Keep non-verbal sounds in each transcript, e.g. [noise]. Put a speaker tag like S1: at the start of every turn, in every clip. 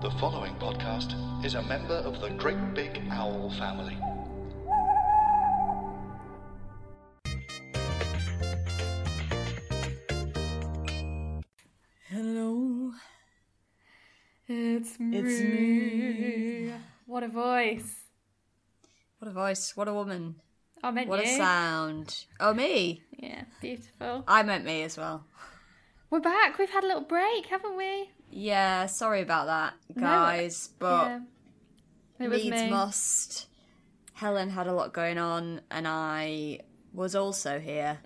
S1: The following podcast is a member of the Great Big Owl family.
S2: Hello.
S3: It's me.
S2: It's me.
S3: What a voice.
S2: What a voice. What a woman.
S3: I meant
S2: What
S3: you.
S2: a sound. Oh, me.
S3: Yeah, beautiful.
S2: I meant me as well.
S3: We're back. We've had a little break, haven't we?
S2: Yeah, sorry about that,
S3: No,
S2: guys,
S3: yeah.
S2: but
S3: It was
S2: needs
S3: me.
S2: must. Helen had a lot going on, and I was
S3: [laughs]
S2: also here.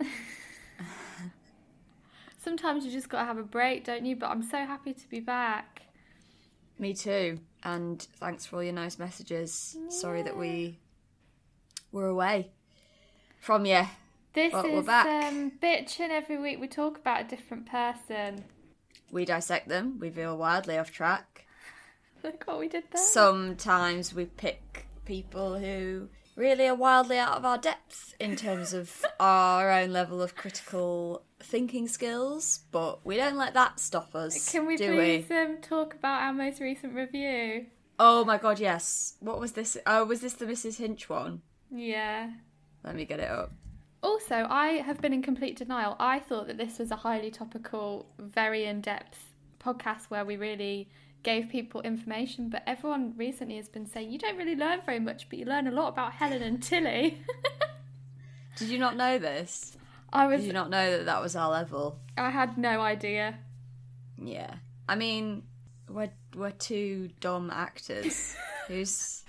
S3: Sometimes you just got to have a break, don't you? But I'm so happy to be back.
S2: me too. And thanks for all your nice messages. Sorry that we were away from you.
S3: This
S2: Well, we're
S3: is
S2: back.
S3: um bitching every week we talk about a different person. [laughs]
S2: We dissect them, we veer wildly off track.
S3: Look what we did there.
S2: sometimes we pick people who really are wildly out of our depth in
S3: [laughs]
S2: terms of our own level of critical thinking skills, but we don't let that stop us.
S3: Can we
S2: do
S3: please
S2: we?
S3: Um, talk about our most recent review?
S2: Oh my god, yes. What was this? Oh, was this the Mrs. Hinch one?
S3: Yeah.
S2: Let me get it up.
S3: Also, I have been in complete denial. I thought that this was a highly topical, very in depth podcast where we really gave people information, but everyone recently has been saying you don't really learn very much, but you learn a lot about Helen and Tilly. [laughs]
S2: Did you not know this?
S3: I was,
S2: Did you not know that that was our level?
S3: I had no idea.
S2: Yeah. I mean, we're, we're two dumb
S3: [laughs]
S2: actors. Who's.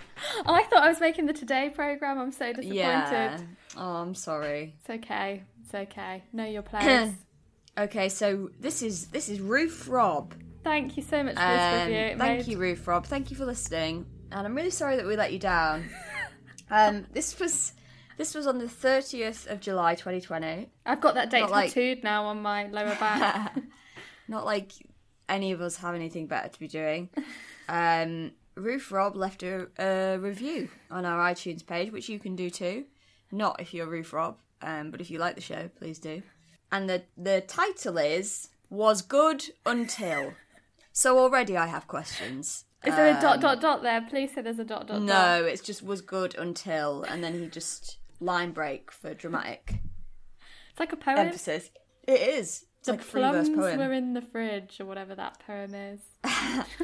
S3: I thought I was making the Today program. I'm so disappointed.
S2: Yeah. Oh, I'm sorry.
S3: It's okay. It's okay. Know your
S2: [clears throat]
S3: place.
S2: Okay, so this is this is Roof Rob.
S3: Thank you so much for this
S2: Um,
S3: review. It
S2: thank
S3: made-
S2: you, Roof Rob. Thank you for listening. And I'm really sorry that we let you down. um, this was this was on the 30th of July, 2020.
S3: I've got that date
S2: Not like-
S3: tattooed now on my lower
S2: [laughs]
S3: back.
S2: Not like any of us have anything better to
S3: [laughs]
S2: be doing. Um, Roof Rob left a, a review on our iTunes page, which you can do too. Not if you're Roof Rob, um, but if you like the show, please do. And the the title is "Was Good Until." So already I have questions.
S3: Is there a dot dot dot there? Please say there's a dot dot dot.
S2: Um, No, it's just was good until, and then he just line break for dramatic
S3: It's like a poem.
S2: emphasis. It is. It's
S3: the
S2: like a free verse
S3: plums
S2: poem.
S3: were in the fridge, or whatever that poem is.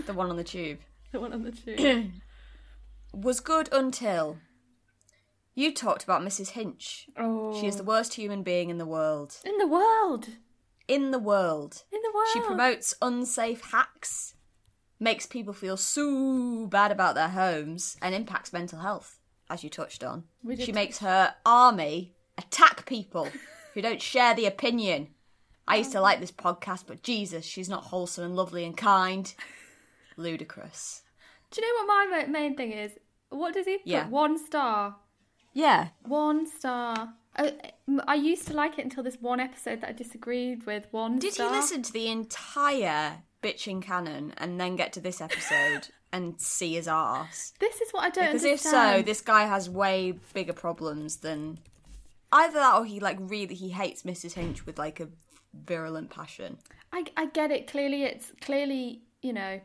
S2: The one on the tube.
S3: The one on the
S2: [clears throat]
S3: tube.
S2: Was good until. You talked about Mrs. Hinch.
S3: oh,
S2: She is the worst human being in the world.
S3: in the world.
S2: In the world.
S3: In the world.
S2: She promotes unsafe hacks, makes people feel so bad about their homes, and impacts mental health, as you touched on.
S3: We did
S2: She makes her army attack people who don't share the opinion. I used to like this podcast, but Jesus, she's not wholesome and lovely and kind. Ludicrous.
S3: Do you know what my ma- main thing is? What does he? put?
S2: Yeah.
S3: One star.
S2: Yeah.
S3: One star. I, I used to like it until this one episode that I disagreed with. One
S2: Did
S3: star.
S2: you listen to the entire bitching canon and then get to
S3: [laughs]
S2: this episode and see his arse?
S3: This is what I don't
S2: Because if
S3: understand.
S2: so, this guy has way bigger problems than either that or he like really he hates Mrs. Hinch with like a virulent passion.
S3: I, I get it. Clearly, it's clearly you know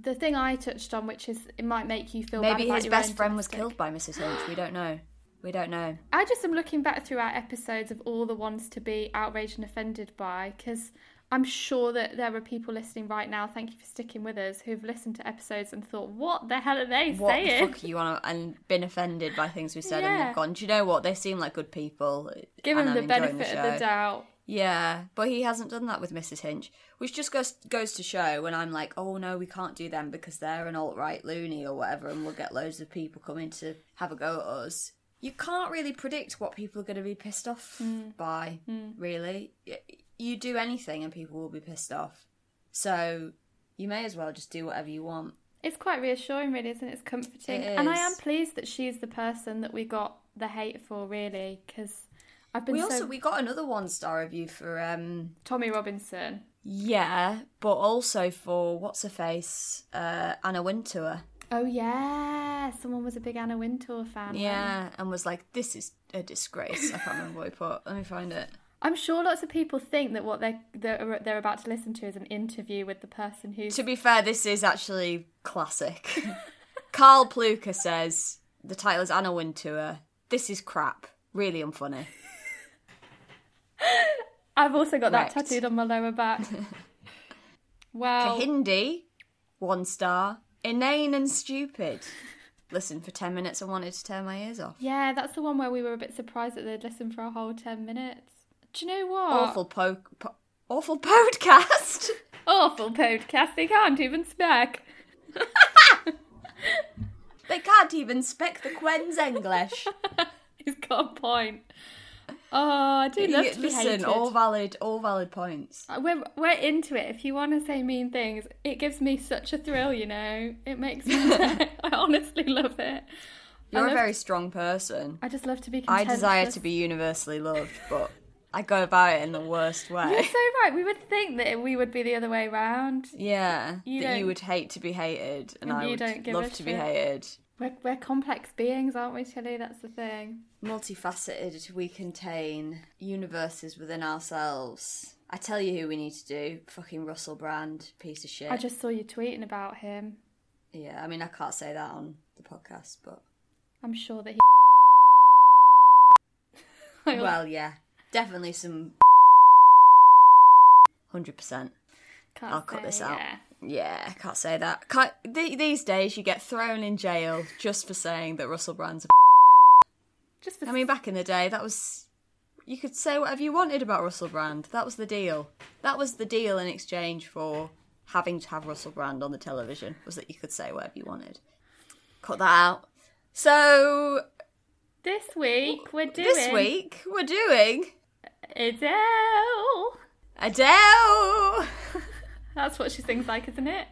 S3: the thing I touched on, which is it might make you feel bad
S2: Maybe
S3: about
S2: his
S3: your
S2: best
S3: own
S2: friend was
S3: domestic-
S2: killed by Mrs. Hinch. We don't know. We don't know.
S3: I just am looking back through our episodes of all the ones to be outraged and offended by because I'm sure that there are people listening right now. Thank you for sticking with us who've listened to episodes and thought, "What the hell are they
S2: What the
S3: saying?"
S2: fuck are you on and been offended by things we said and
S3: Yeah.
S2: have gone, Do you know what? They seem like good people.
S3: Give
S2: and
S3: them the
S2: I'm enjoying
S3: benefit of the
S2: show."
S3: doubt.
S2: Yeah, but he hasn't done that with Mrs. Hinch, which just goes goes to show when I'm like, oh no, we can't do them because they're an alt right loony or whatever, and we'll get loads of people coming to have a go at us. You can't really predict what people are going to be pissed Mm. off by, really. Y- You do anything and people will be pissed off. So you may as well just do whatever you want.
S3: It's quite reassuring, really, isn't it? It's comforting.
S2: It
S3: And I am
S2: is.
S3: pleased that she's the person that we got the hate for, really, because I've been
S2: we
S3: so.
S2: also we got another one star review for um
S3: Tommy Robinson.
S2: yeah, but also for what's her face uh, Anna Wintour.
S3: Oh, yeah. Someone was a big Anna Wintour fan.
S2: Yeah, and was like, "This is a disgrace." I can't remember what he put. Let me find
S3: [laughs]
S2: it.
S3: I'm sure lots of people think that what they're, they're, they're about to listen to is an interview with the person who's.
S2: To be fair, this is actually classic. [laughs] Carl Pluker says the title is Anna Wintour. This is crap. Really unfunny.
S3: I've also got that
S2: Correct.
S3: tattooed on my lower
S2: [laughs]
S3: back. well,
S2: Kahindi, one star. Inane and stupid. Listen for ten minutes and wanted to tear my ears off.
S3: yeah, that's the one where we were a bit surprised that they'd listen for a whole 10 minutes. Do you know what?
S2: Awful po- po- awful podcast. [laughs]
S3: Awful podcast. They can't even spec.
S2: they can't even spec the Quen's English.
S3: [laughs] He's got a point. Oh, [laughs] I do love
S2: You-
S3: to be hated. Uh,
S2: Listen, all valid, all valid points.
S3: We're we're into it. If you want to say mean things, it gives me such a thrill. You know, it makes
S2: [laughs]
S3: me. [laughs] I honestly love it.
S2: You're a
S3: love-
S2: very strong person.
S3: I just love to be.
S2: I
S3: Contentious.
S2: desire to be universally loved, but I go about it in the
S3: [laughs]
S2: worst
S3: You're
S2: way.
S3: so right. We would think that we would be the other way round.
S2: [laughs] Yeah,
S3: You
S2: that you
S3: don't-
S2: would hate to be hated, and,
S3: And
S2: I
S3: you
S2: would
S3: don't give a
S2: love to be
S3: shit.
S2: hated.
S3: We're we're complex beings, aren't we, Tilly? That's the thing.
S2: Multifaceted, we contain universes within ourselves. I tell you who we need to do. Fucking Russell Brand, piece of shit.
S3: I just saw you tweeting about him.
S2: Yeah, I mean, I can't say that on the podcast,
S3: [laughs]
S2: but
S3: I'm sure that he. [laughs]
S2: well, yeah, definitely some. Hundred percent.
S3: Can't
S2: I'll cut
S3: say,
S2: this out.
S3: yeah.
S2: Yeah, I can't say that. Can't, th- these days, you get thrown in jail just for saying that Russell Brand's. A
S3: Just for
S2: I mean, back in the day, that was you could say whatever you wanted about Russell Brand. That was the deal. That was the deal in exchange for having to have Russell Brand on the television was that you could say whatever you wanted. Cut that out. So
S3: This week we're doing
S2: this week we're doing
S3: Adele.
S2: Adele.
S3: That's what she sings like, isn't it?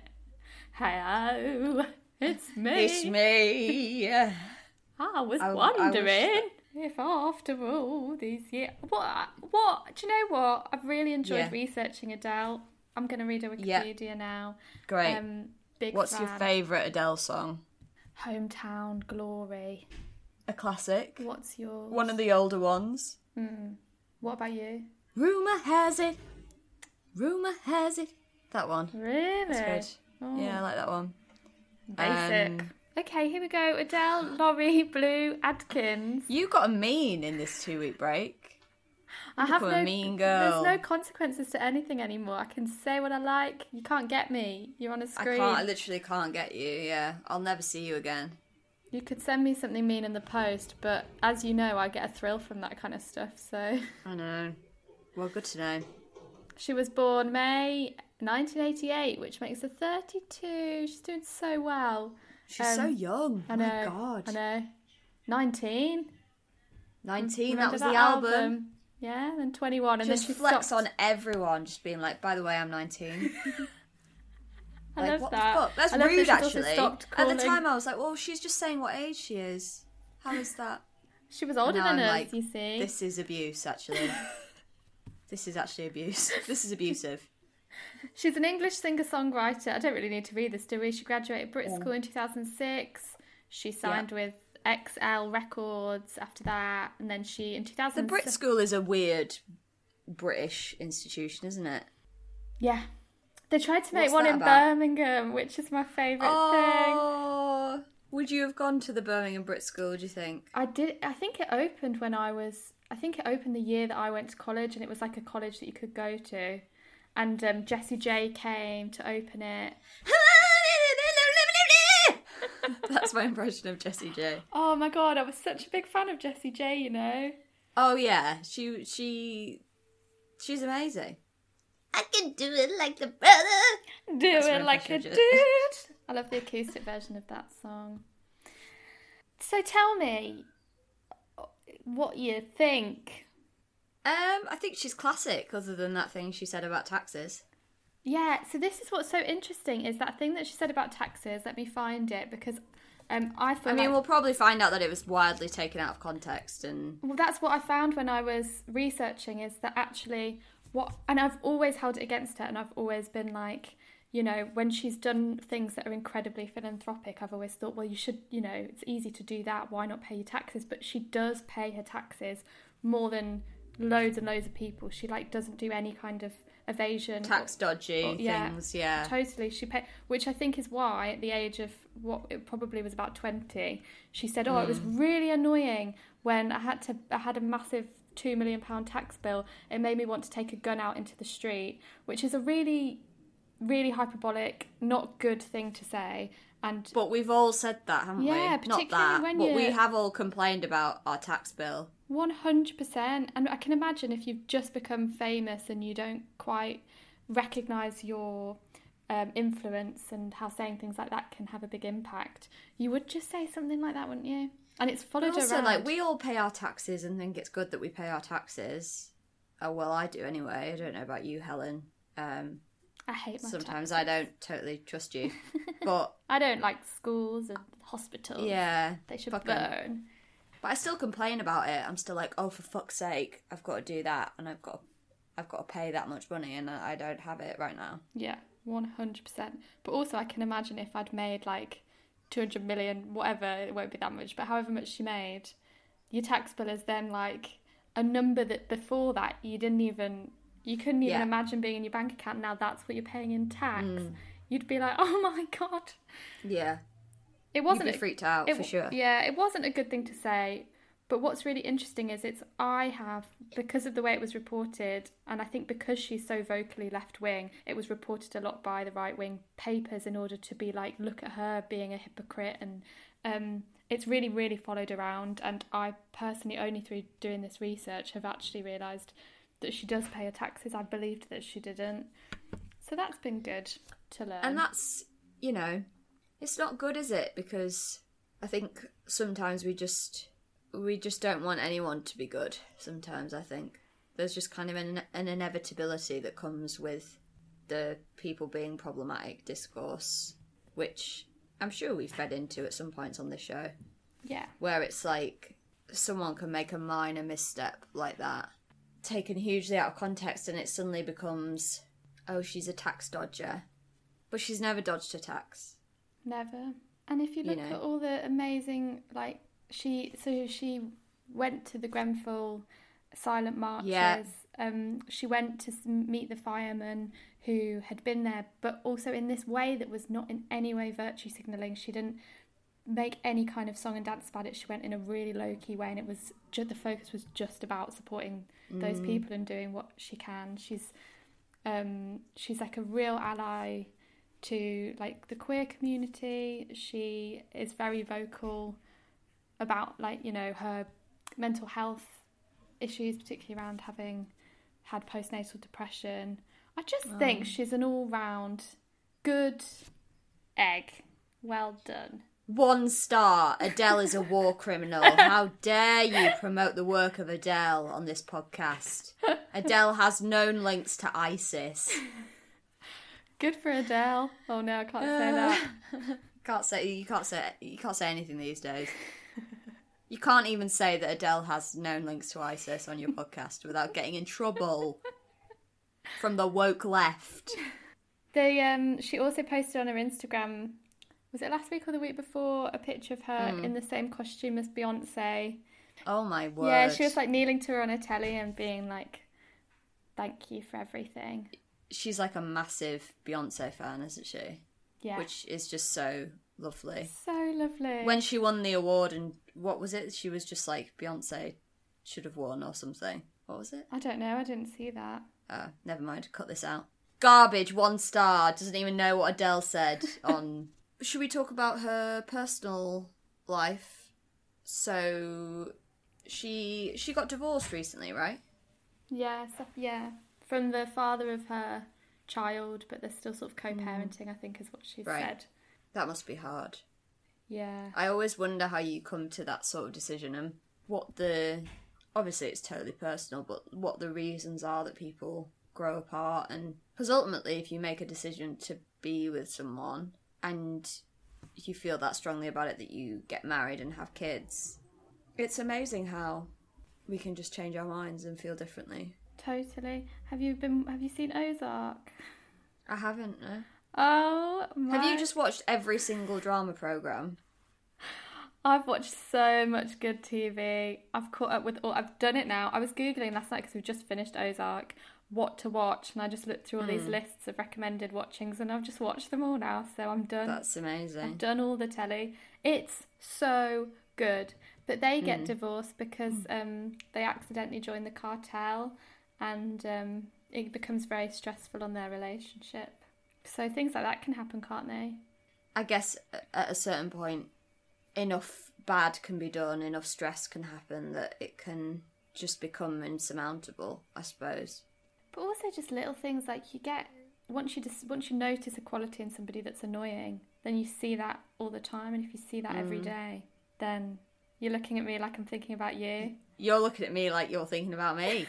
S3: Hello, it's me.
S2: It's me.
S3: [laughs] I was
S2: I- I was-
S3: wondering if after all these years, what, what? Do you know what? I've really enjoyed
S2: Yeah.
S3: researching Adele. I'm going to read her
S2: Yeah.
S3: Wikipedia now.
S2: Great.
S3: Um, big
S2: What's your
S3: fan.
S2: favourite Adele song?
S3: Hometown glory.
S2: A classic.
S3: What's your?
S2: One of the older ones.
S3: What about you?
S2: Rumour has it. Rumour has it. That one.
S3: Really?
S2: That's good. Yeah, I like that one.
S3: Oh. Basic.
S2: Um,
S3: okay, here we go. Adele, Laurie, [laughs] Blue, Adkins.
S2: You got a mean in this two week break.
S3: I have
S2: become a
S3: no
S2: mean girl.
S3: There's no consequences to anything anymore. I can say what I like. You can't get me. You're on a
S2: I
S3: screen.
S2: can't, I literally can't get you, yeah. I'll never see you again.
S3: You could send me something mean in the post, but as you know, I get a thrill from that kind of stuff. So [laughs]
S2: I know. Well, good to know.
S3: she was born May 1988, which makes her 32. She's doing so well.
S2: She's so
S3: Um,
S2: young.
S3: I know.
S2: Oh My God.
S3: I know. 19.
S2: 19,
S3: Remember
S2: that was the album.
S3: Yeah, then 21, and
S2: Just
S3: then she
S2: flex
S3: stopped.
S2: on everyone, just being like, by the way, I'm
S3: [laughs]
S2: 19.
S3: I
S2: Like,
S3: love
S2: what
S3: that.
S2: the fuck? That's
S3: I love
S2: rude,
S3: that she's also
S2: actually.
S3: stopped
S2: At the
S3: calling-
S2: time, I was like, well, she's just saying what age she is. How is that?
S3: she was [laughs] older
S2: now
S3: than
S2: I'm
S3: us.
S2: like,
S3: you see,
S2: This is
S3: [laughs]
S2: abuse, actually. this is actually abuse. [laughs] This is abusive.
S3: [laughs] She's an English singer songwriter. I don't really need to read this, do we? She graduated Brit School in 2006. She signed with XL Records after that. And then she, in 2007.
S2: The Brit School is a weird British institution, isn't it?
S3: Yeah. They tried to make
S2: What's
S3: one
S2: that
S3: in
S2: about?
S3: Birmingham, which is my favourite thing.
S2: Oh, would you have gone to the Birmingham Brit School? Do
S3: [laughs]
S2: you think?
S3: I did. I think it opened when I was. I think it opened the year that I went to college, and it was like a college that you could go to. And um, Jessie J came to open it.
S2: That's my impression of Jessie J.
S3: Oh my god, I was such a big fan of Jessie J. You know.
S2: Oh yeah, she she she's amazing. I can do it like the brother.
S3: Do
S2: my
S3: it like a
S2: impression
S3: dude.
S2: of
S3: [laughs] I love the acoustic version of that song. So tell me what you think.
S2: Um, I think she's classic. Other than that thing she said about taxes.
S3: Yeah, so this is what's so interesting is that thing that she said about taxes. Let me find it because um, I thought.
S2: I mean,
S3: like-
S2: we'll probably find out that it was widely taken out of context and
S3: Well, that's what I found when I was researching is that actually what, and I've always held it against her, and I've always been like, you know, when she's done things that are incredibly philanthropic, I've always thought, well, you should, you know, it's easy to do that. Why not pay your taxes? But she does pay her taxes more than loads and loads of people. She like doesn't do any kind of evasion. or-
S2: tax dodgy
S3: yeah.
S2: things. Yeah.
S3: Totally, she paid, which I think is why at the age of what it probably was about twenty, she said, "Oh, it was
S2: Mm.
S3: really annoying when I had to, I had a massive two million pound tax bill. It made me want to take a gun out into the street," which is a really, really hyperbolic, not good thing to say. And
S2: But we've all said that, haven't we?
S3: Yeah, particularly
S2: Not that,
S3: when
S2: but
S3: you-
S2: we have all complained about our tax bill.
S3: One hundred percent, and I can imagine if you've just become famous and you don't quite recognize your um, influence and how saying things like that can have a big impact, you would just say something like that, wouldn't you? And it's followed
S2: But also,
S3: around.
S2: like, we all pay our taxes and think it's good that we pay our taxes. Oh, well, I do anyway. I don't know about you, Helen. Um,
S3: I hate my
S2: sometimes
S3: taxes.
S2: I don't totally
S3: [laughs]
S2: trust you. but
S3: I don't like schools and hospitals.
S2: yeah,
S3: Oh, they should
S2: fuck 'em.
S3: burn.
S2: But I still complain about it. I'm still like, oh, for fuck's sake, I've got to do that, and I've got, I've got to pay that much money, and I I don't have it right now.
S3: Yeah, one hundred percent. But also, I can imagine if I'd made like two hundred million, whatever, it won't be that much, but however much she made, your tax bill is then like a number that before that you didn't even, you couldn't even
S2: Yeah.
S3: imagine being in your bank account. Now that's what you're paying in tax. You'd be like, oh my god,
S2: Yeah,
S3: it
S2: you'd
S3: wasn't
S2: be
S3: a-
S2: freaked out
S3: it
S2: for
S3: w-
S2: sure.
S3: Yeah, it wasn't a good thing to say. But what's really interesting is it's I have because of the way it was reported, and I think because she's so vocally left wing, it was reported a lot by the right wing papers in order to be like, look at her being a hypocrite, and um, it's really really followed around. And I personally only through doing this research have actually realised that she does pay her taxes. I believed that she didn't, so that's been good to learn.
S2: And that's, you know, it's not good, is it? Because I think sometimes we just we just don't want anyone to be good. Sometimes I think there's just kind of an, an inevitability that comes with the people being problematic discourse, which I'm sure we fed into at some points on this show,
S3: yeah,
S2: where it's like someone can make a minor misstep like that, taken hugely out of context, and it suddenly becomes, oh, she's a tax dodger. But she's never dodged a tax.
S3: Never. And if you
S2: You
S3: look
S2: know.
S3: at all the amazing, like she, so she went to the Grenfell silent marches. Um, she went to s- meet the firemen who had been there, but also in this way that was not in any way virtue signalling. She didn't make any kind of song and dance about it. She went in a really low key way, and it was ju- the focus was just about supporting those people and doing what she can. She's um, she's like a real ally to like the queer community. She is very vocal about like you know her mental health issues, particularly around having had postnatal depression. I just think she's an all round good egg. Well done.
S2: One star. Adele is a war criminal. How dare you promote the work of Adele on this podcast? Adele has known links to ISIS.
S3: Good for Adele. Oh no, I can't say that.
S2: Can't say you can't say you can't say anything these days. [laughs] You can't even say that Adele has known links to ISIS
S3: [laughs]
S2: on your podcast without getting in trouble from the woke left.
S3: [laughs] They um she also posted on her Instagram was it last week or the week before a picture of her in the same costume as Beyonce.
S2: Oh my word!
S3: Yeah, she was like kneeling to her on a telly and being like thank you for everything.
S2: she's like a massive Beyonce fan, isn't she?
S3: Yeah.
S2: Which is just so lovely.
S3: so lovely.
S2: when she won the award and what was it she was just like beyonce should have won or something what was it
S3: I don't know, I didn't see that.
S2: uh never mind cut this out garbage one star doesn't even know what adele [laughs] said on should we talk about her personal life so she she got divorced recently right
S3: Yeah, so, uh, yeah. From the father of her child, but they're still sort of co-parenting, I think is what she
S2: Mm-hmm. Right.
S3: said.
S2: that must be hard
S3: Yeah.
S2: I always wonder how you come to that sort of decision and what the obviously it's totally personal, but what the reasons are that people grow apart and because ultimately if you make a decision to be with someone and you feel that strongly about it that you get married and have kids it's amazing how we can just change our minds and feel differently
S3: Totally. Have you been? Have you seen Ozark?
S2: i haven't no.
S3: Oh my!
S2: have you just watched every single drama program
S3: I've watched so much good TV. I've caught up with all. I've done it now. I was googling last night because we just finished Ozark, what to watch, and I just looked through all
S2: Hmm.
S3: these lists of recommended watchings, and I've just watched them all now. So I'm done.
S2: that's
S3: I've
S2: amazing
S3: done all the telly. It's so good. But they get divorced because um, they accidentally join the cartel and um, it becomes very stressful on their relationship. So things like that can happen, can't they?
S2: i guess a- at a certain point enough bad can be done enough stress can happen that it can just become insurmountable i suppose
S3: But also just little things like you get once you just once you notice a quality in somebody that's annoying, then you see that all the time and if you see that every day, then you're looking at me like I'm thinking about you.
S2: You're looking at me like you're thinking about me.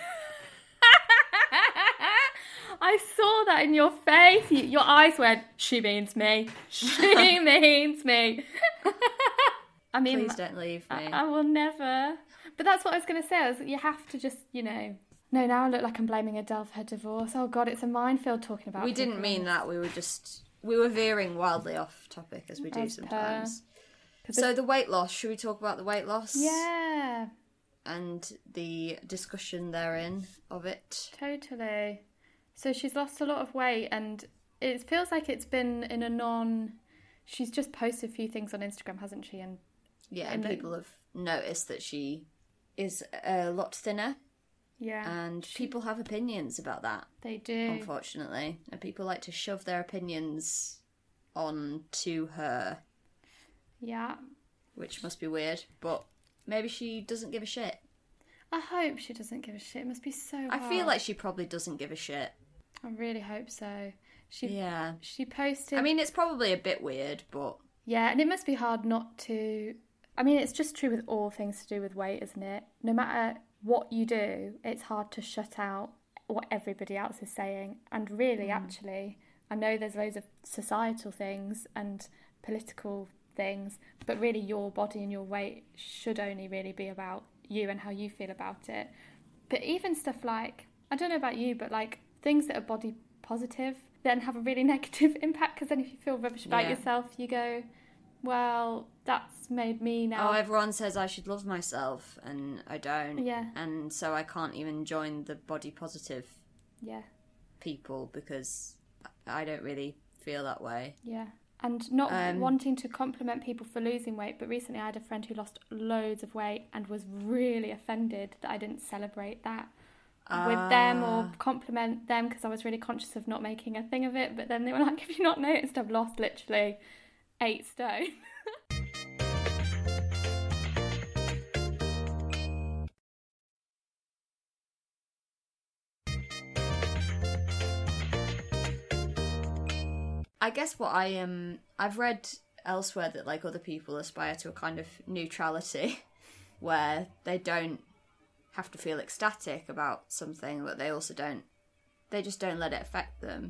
S3: [laughs] I saw that in your face. You, your eyes went, she means me.
S2: [laughs]
S3: She means me. [laughs] I mean,
S2: Please don't leave
S3: I,
S2: me.
S3: I will never. But that's what I was going to say. I was, you have to just, you know. No, now I look like I'm blaming Adele for her divorce. Oh, God, it's a minefield talking about
S2: we didn't
S3: people.
S2: mean that. We were just we were veering wildly off topic as we do
S3: As per.
S2: sometimes.
S3: 'Cause
S2: So the weight loss. Should we talk about the weight loss?
S3: Yeah,
S2: And the discussion therein of it.
S3: totally. So she's lost a lot of weight and it feels like it's been in a non. She's just posted a few things on Instagram, hasn't she? And
S2: Yeah, and
S3: And the-
S2: people have noticed that she is a lot thinner,
S3: yeah,
S2: and people have opinions about that.
S3: they do.
S2: Unfortunately, and people like to shove their opinions on to her.
S3: Yeah.
S2: which must be weird, but maybe she doesn't give a shit.
S3: I hope she doesn't give a shit. It must be so
S2: I feel
S3: hard.
S2: like she probably doesn't give a shit.
S3: I really hope so. She
S2: Yeah.
S3: she posted
S2: I mean, it's probably a bit weird, but
S3: Yeah, and it must be hard not to I mean, it's just true with all things to do with weight, isn't it? No matter what you do, it's hard to shut out what everybody else is saying. And really, actually, I know there's loads of societal things and political things, but really your body and your weight should only really be about you and how you feel about it. But even stuff like, I don't know about you, but like things that are body positive then have a really [laughs] negative impact because then if you feel rubbish about
S2: Yeah.
S3: yourself, you go, well, that's made me now.
S2: oh, everyone says I should love myself, and I don't.
S3: Yeah.
S2: And so I can't even join the body positive
S3: yeah,
S2: people because I don't really feel that way.
S3: yeah. And not
S2: Um,
S3: wanting to compliment people for losing weight, but recently I had a friend who lost loads of weight and was really offended that I didn't celebrate that with them
S2: Ah.
S3: or compliment them because I was really conscious of not making a thing of it. But then they were [laughs] like, "Have you not noticed? I've lost literally eight stone."
S2: I guess what I um I've read elsewhere that like other people aspire to a kind of neutrality [laughs] where they don't have to feel ecstatic about something but they also don't they just don't let it affect them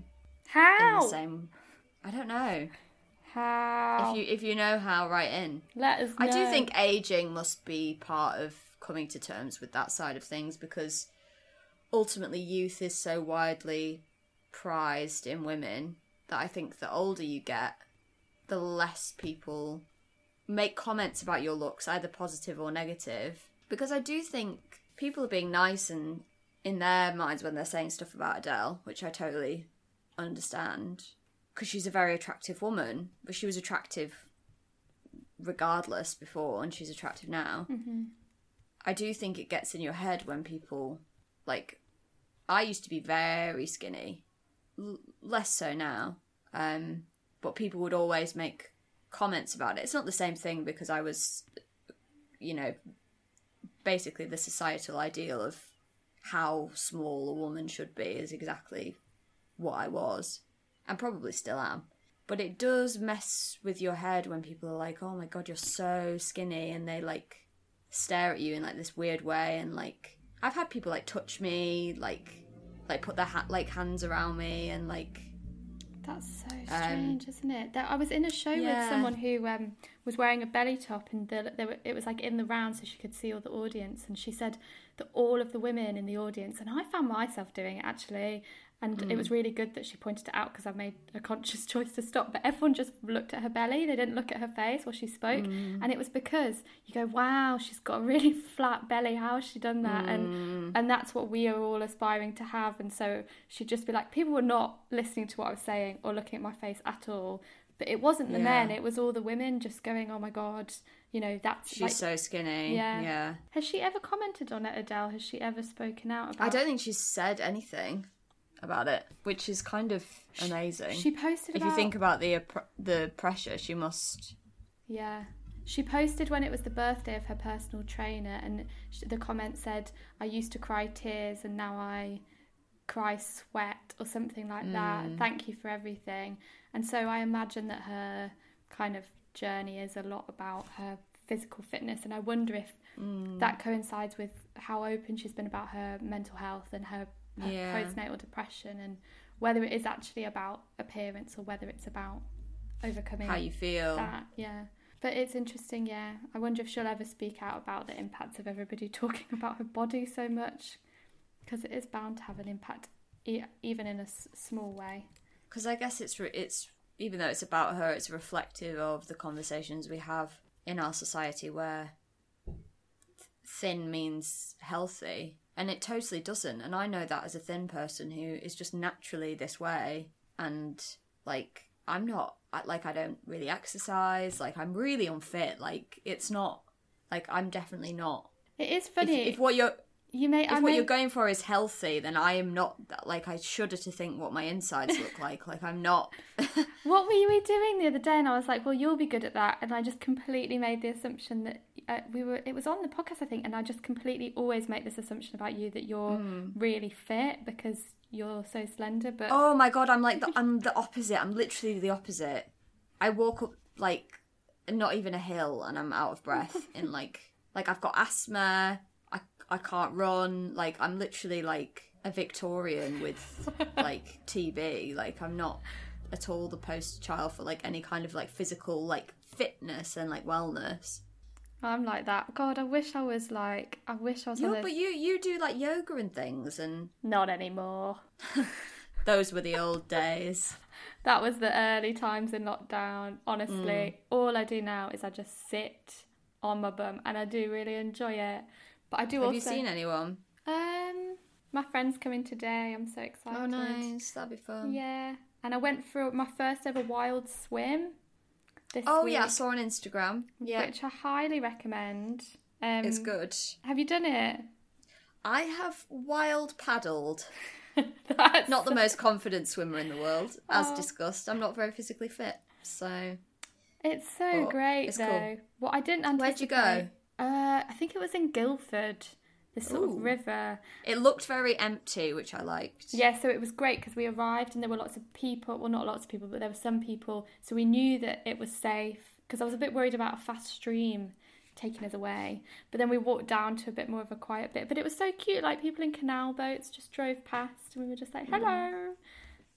S2: in the
S3: How?
S2: same I don't know.
S3: How?
S2: If you if you know how write in.
S3: Let us know.
S2: I do think aging must be part of coming to terms with that side of things because ultimately youth is so widely prized in women that I think the older you get, the less people make comments about your looks, either positive or negative. Because I do think people are being nice and in their minds when they're saying stuff about Adele, which I totally understand. Because she's a very attractive woman, but she was attractive regardless before and she's attractive now i do think it gets in your head when people like i used to be very skinny L- less so now um but people would always make comments about it it's not the same thing because i was you know basically the societal ideal of how small a woman should be is exactly what i was and probably still am but it does mess with your head when people are like, "Oh my god, you're so skinny," and they like stare at you in like this weird way, and like I've had people like touch me, like like put their ha- like hands around me and like
S3: That's so strange, isn't it? That I was in a show with
S2: um, Yeah.
S3: someone who um, was wearing a belly top, and the, they were, it was like in the round, so she could see all the audience. And she said that all of the women in the audience, and I found myself doing it actually, and it was really good that she pointed it out because I made a conscious [laughs] choice to stop. But everyone just looked at her belly; they didn't look at her face while she spoke, and it was because you go, "Wow, she's got a really [laughs] flat belly. How has she done that?" And and that's what we are all aspiring to have. And so she'd just be like, people were not listening to what I was saying or looking at my face at all. But it wasn't the
S2: Yeah.
S3: men; it was all the women just going, "Oh my god, you know that's
S2: she's
S3: like-
S2: so skinny.
S3: yeah.
S2: yeah.
S3: Has she ever commented on it, Adele? Has she ever spoken out about?
S2: I don't think she's said anything about it, which is kind of amazing.
S3: She posted.
S2: if
S3: about...
S2: you think about the oppr- the pressure, she must.
S3: Yeah. She posted when it was the birthday of her personal trainer, and sh- the comment said, I used to cry tears and now I cry sweat, or something like that.
S2: Hmm.
S3: Thank you for everything. And so I imagine that her kind of journey is a lot about her physical fitness, and I wonder if
S2: Hmm.
S3: that coincides with how open she's been about her mental health and her, her
S2: Yeah.
S3: postnatal depression, and whether it is actually about appearance or whether it's about overcoming
S2: How you feel?
S3: that, yeah. But it's interesting, yeah. I wonder if she'll ever speak out about the impacts of everybody [laughs] talking about her body so much, because it is bound to have an impact, e- even in a s- small way.
S2: Because I guess it's re- it's even though it's about her, it's reflective of the conversations we have in our society where th- thin means healthy, and it totally doesn't. And I know that as a thin person who is just naturally this way, and like I'm not I- like I don't really exercise, like I'm really unfit. Like it's not like I'm definitely not.
S3: It is
S2: If,
S3: funny.
S2: if what you're
S3: you may,
S2: if
S3: I
S2: what
S3: may,
S2: you're going for is healthy, then I am not. that- Like I shudder to think what my insides look like. Like I'm not. [laughs]
S3: What were we doing the other day? And I was like, "Well, you'll be good at that." And I just completely made the assumption that uh, we were. It was on the podcast, I think, and I just completely always make this assumption about you that you're really fit because you're so slender. But
S2: Hmm. Oh my god, I'm like the, I'm the opposite. I'm literally the opposite. I walk up like not even a hill and I'm out of breath and like like I've got asthma. I I can't run. Like I'm literally like a Victorian with like TB. Like I'm not at all the post child for like any kind of like physical like fitness and like wellness.
S3: I'm like that. God, I wish I was like. I wish I was.
S2: Yeah,
S3: one of
S2: but
S3: those-
S2: you you do like yoga and things and
S3: Not anymore.
S2: those were the
S3: [laughs]
S2: old days.
S3: That was the early times in lockdown. Honestly,
S2: Mm.
S3: all I do now is I just sit on my bum, and I do really enjoy it. But I do
S2: Have
S3: also.
S2: you seen anyone?
S3: Um, my friend's coming today. I'm
S2: Oh,
S3: so excited.
S2: that'd be fun.
S3: Yeah, and I went for my first ever wild swim. This
S2: Oh
S3: week,
S2: yeah, I saw on Instagram. Yeah,
S3: which I highly recommend. Um,
S2: it's good.
S3: Have you done it? [laughs]
S2: I have wild paddled.
S3: That's
S2: Not the
S3: [laughs]
S2: most confident swimmer in the world, as
S3: Oh.
S2: discussed. I'm not very physically fit, so
S3: It's so
S2: But
S3: great
S2: it's
S3: though.
S2: cool.
S3: What I didn't anticipate.
S2: Where'd you go?
S3: Uh, I think it was in Guildford, this sort
S2: Ooh.
S3: of river.
S2: it looked very empty, which I liked.
S3: Yeah, so it was great because we arrived and there were lots of people. Well, not lots of people, but there were some people. So we knew that it was safe because I was a bit worried about a fast stream taking us away. But then we walked down to a bit more of a quiet bit. But it was so cute. Like people in canal boats just drove past and we were just like, hello.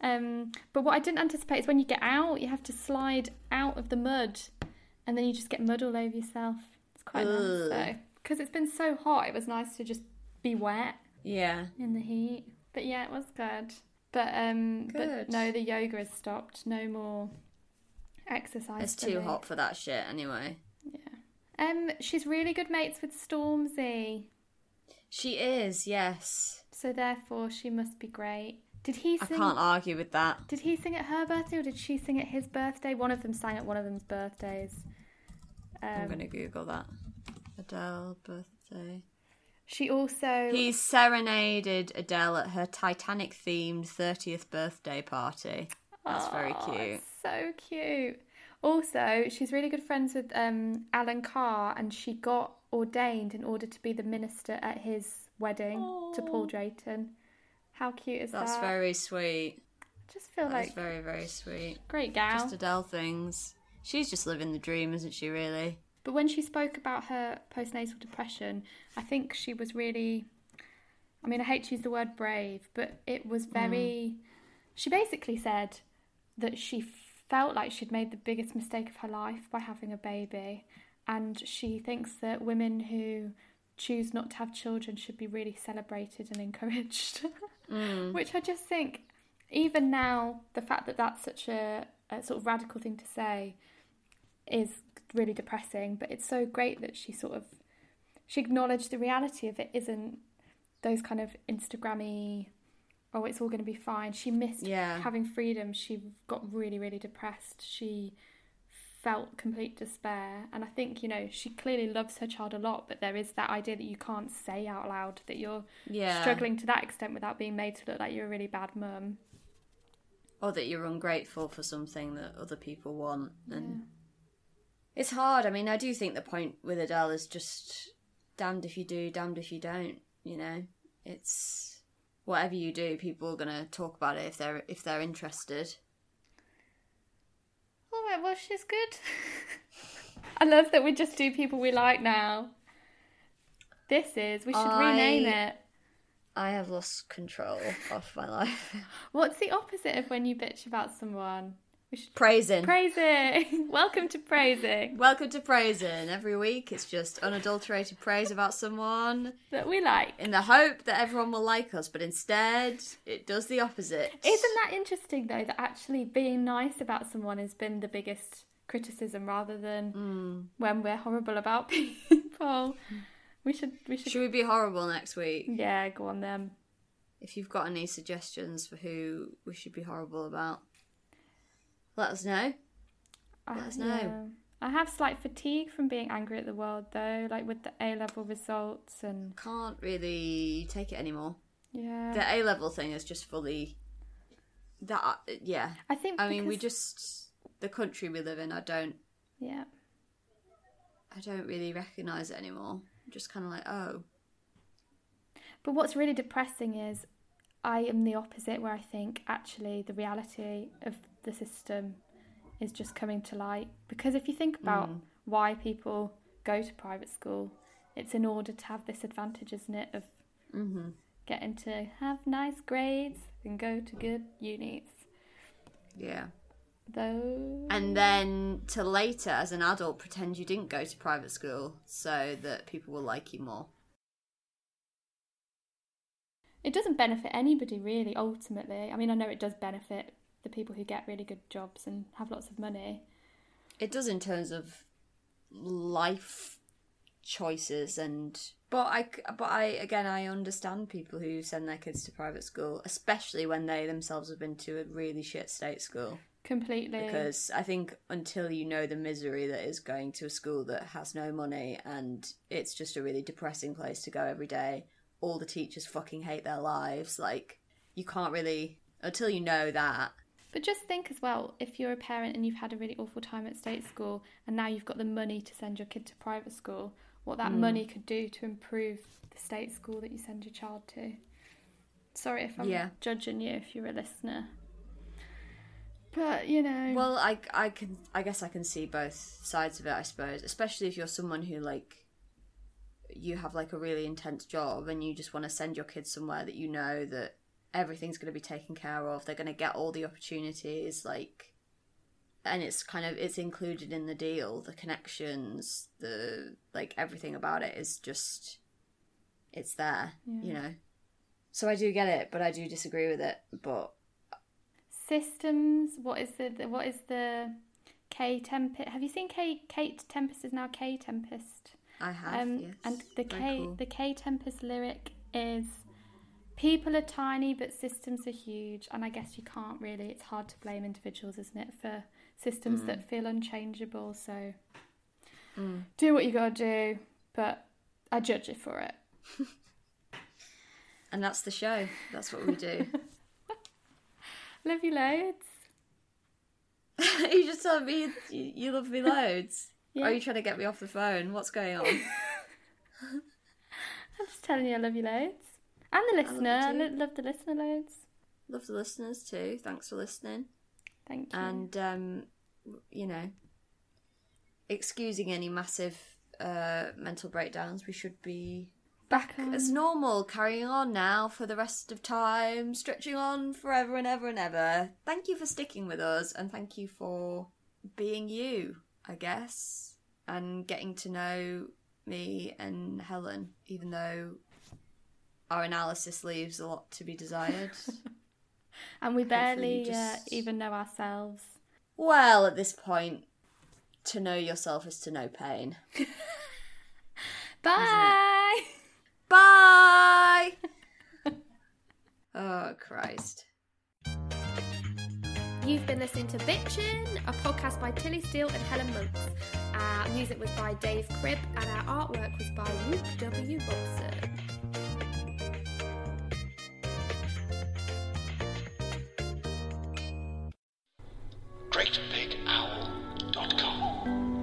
S3: Um, but what I didn't anticipate is when you get out, you have to slide out of the mud and then you just get mud all over yourself. It's quite nice though. Because it's been so hot, it was nice to just be wet
S2: yeah.
S3: in the heat. But yeah, it was good. But um,
S2: Good.
S3: but no, the yoga has stopped. No more exercise.
S2: It's
S3: for
S2: too
S3: me.
S2: hot for that shit. Anyway,
S3: Um, she's really good mates with Stormzy,
S2: she is. Yes,
S3: so therefore she must be great. Did he
S2: I
S3: sing?
S2: can't argue with that.
S3: Did he sing at her birthday or did she sing at his birthday? One of them sang at one of them's birthdays.
S2: I'm
S3: Um,
S2: gonna Google that. Adele birthday.
S3: She also
S2: He serenaded Adele at her Titanic themed 30th birthday party. That's very
S3: Aw,
S2: cute.
S3: it's So cute. Also, she's really good friends with um, Alan Carr, and she got ordained in order to be the minister at his wedding to Paul Drayton. How cute is
S2: That's
S3: that?
S2: very sweet.
S3: I just feel
S2: That's
S3: like
S2: very, very sweet.
S3: great gal.
S2: Just Adele things. She's just living the dream, isn't she, really?
S3: But when she spoke about her postnatal depression, I think she was really I mean, I hate to use the word brave, but it was very. She basically said that she felt like she'd made the biggest mistake of her life by having a baby, and she thinks that women who choose not to have children should be really celebrated and [laughs] encouraged. Which I just think, even now, the fact that that's such a, a sort of radical thing to say is really depressing, but it's so great that she sort of she acknowledged the reality of it isn't those kind of Instagrammy, oh, it's all going to be fine. She missed
S2: Yeah.
S3: having freedom. She got really, really depressed. She felt complete despair. And I think, you know, she clearly loves her child a lot, but there is that idea that you can't say out loud that you're
S2: Yeah.
S3: struggling to that extent without being made to look like you're a really bad mum.
S2: or that you're ungrateful for something that other people want and it's hard i mean i do think the point with adele is just damned if you do damned if you don't you know it's whatever you do people are going to talk about it if they're if they're interested
S3: All right, well, she's good. [laughs] I love that we just do people we like now. This is, we should
S2: I-
S3: rename it.
S2: i have lost control of my life [laughs]
S3: What's the opposite of when you bitch about someone? We
S2: [laughs]
S3: should
S2: praising
S3: praising. [laughs] Welcome to praising
S2: welcome to praising every week it's just unadulterated praise about someone
S3: that we like.
S2: in the hope that everyone will like us but instead it does the opposite
S3: Isn't that interesting though? That actually being nice about someone has been the biggest criticism, rather than
S2: Hmm.
S3: when we're horrible about [laughs] people. We should. We should.
S2: should we be horrible next week
S3: Yeah, go on then.
S2: If you've got any suggestions for who we should be horrible about, let us know.
S3: I,
S2: us know.
S3: yeah. I have slight fatigue from being angry at the world though, like with the A level results and
S2: Can't really take it anymore.
S3: yeah.
S2: The A level thing is just fully that. Yeah,
S3: I think.
S2: I mean, we
S3: because-
S2: just the country we live in. I don't,
S3: yeah.
S2: I don't really recognize it anymore. I'm just kind of like, oh,
S3: But what's really depressing is I am the opposite, where I think actually the reality of the system is just coming to light. Because if you think about
S2: Mm.
S3: why people go to private school, it's in order to have this advantage, isn't it, of
S2: mm-hmm,
S3: getting to have nice grades and go to good unis.
S2: yeah.
S3: Though,
S2: And then to later, as an adult, pretend you didn't go to private school so that people will like you more.
S3: it doesn't benefit anybody really ultimately i mean i know it does benefit the people who get really good jobs and have lots of money
S2: It does in terms of life choices and but I c- but I again I understand people who send their kids to private school, especially when they themselves have been to a really shit state school.
S3: completely
S2: Because I think until you know the misery that is going to a school that has no money and it's just a really depressing place to go every day, all the teachers fucking hate their lives. Like you can't really until you know that.
S3: but just think as well if you're a parent and you've had a really awful time at state school and now you've got the money to send your kid to private school what
S2: Hmm.
S3: that money could do to improve the state school that you send your child to sorry if i'm
S2: Yeah.
S3: judging you if you're a listener but you know
S2: Well, I, I can I guess I can see both sides of it. I suppose, especially if you're someone who like you have like a really intense job and you just want to send your kids somewhere that you know that everything's going to be taken care of. They're going to get all the opportunities, like, and it's kind of it's included in the deal. The connections, the like everything about it is just it's there, you know. So I do get it, but I do disagree with it. But
S3: systems. What is the the- what is the K Tempest? Have you seen K Kate Tempest is now K Tempest?
S2: I have yes.
S3: Um, And the
S2: Very
S3: K
S2: cool.
S3: the K Tempest lyric is people are tiny but systems are huge and i guess you can't really it's hard to blame individuals isn't it for systems
S2: Mm.
S3: that feel unchangeable so do what you gotta do but i judge it for it
S2: And that's the show. That's what we
S3: [laughs]
S2: do. [laughs]
S3: love you loads
S2: you just told me you, you love me loads.
S3: [laughs] Yeah.
S2: Are you trying to get me off the phone? What's going
S3: [laughs]
S2: on?
S3: i'm just telling you i love you loads and the
S2: you
S3: listener i lo-
S2: too.
S3: love the listener loads
S2: love the listeners too. Thanks for listening.
S3: thank you
S2: And um, you know, excusing any massive uh, mental breakdowns, we should be back as normal, carrying on now for the rest of time, stretching on forever and ever and ever. Thank you for sticking with us, and thank you for being you, I guess, and getting to know me and Helen, even though our analysis leaves a lot to be desired.
S3: And we barely uh,
S2: just-
S3: even know ourselves.
S2: well, at this point, to know yourself is to know pain.
S3: Bye!
S2: Bye! oh, Christ.
S4: You've been listening to Bitchin, a podcast by Tilly Steele and Helen Monks. Our music was by Dave Cribb and our artwork was by Luke W. Robson.
S1: GreatBigOwl.com.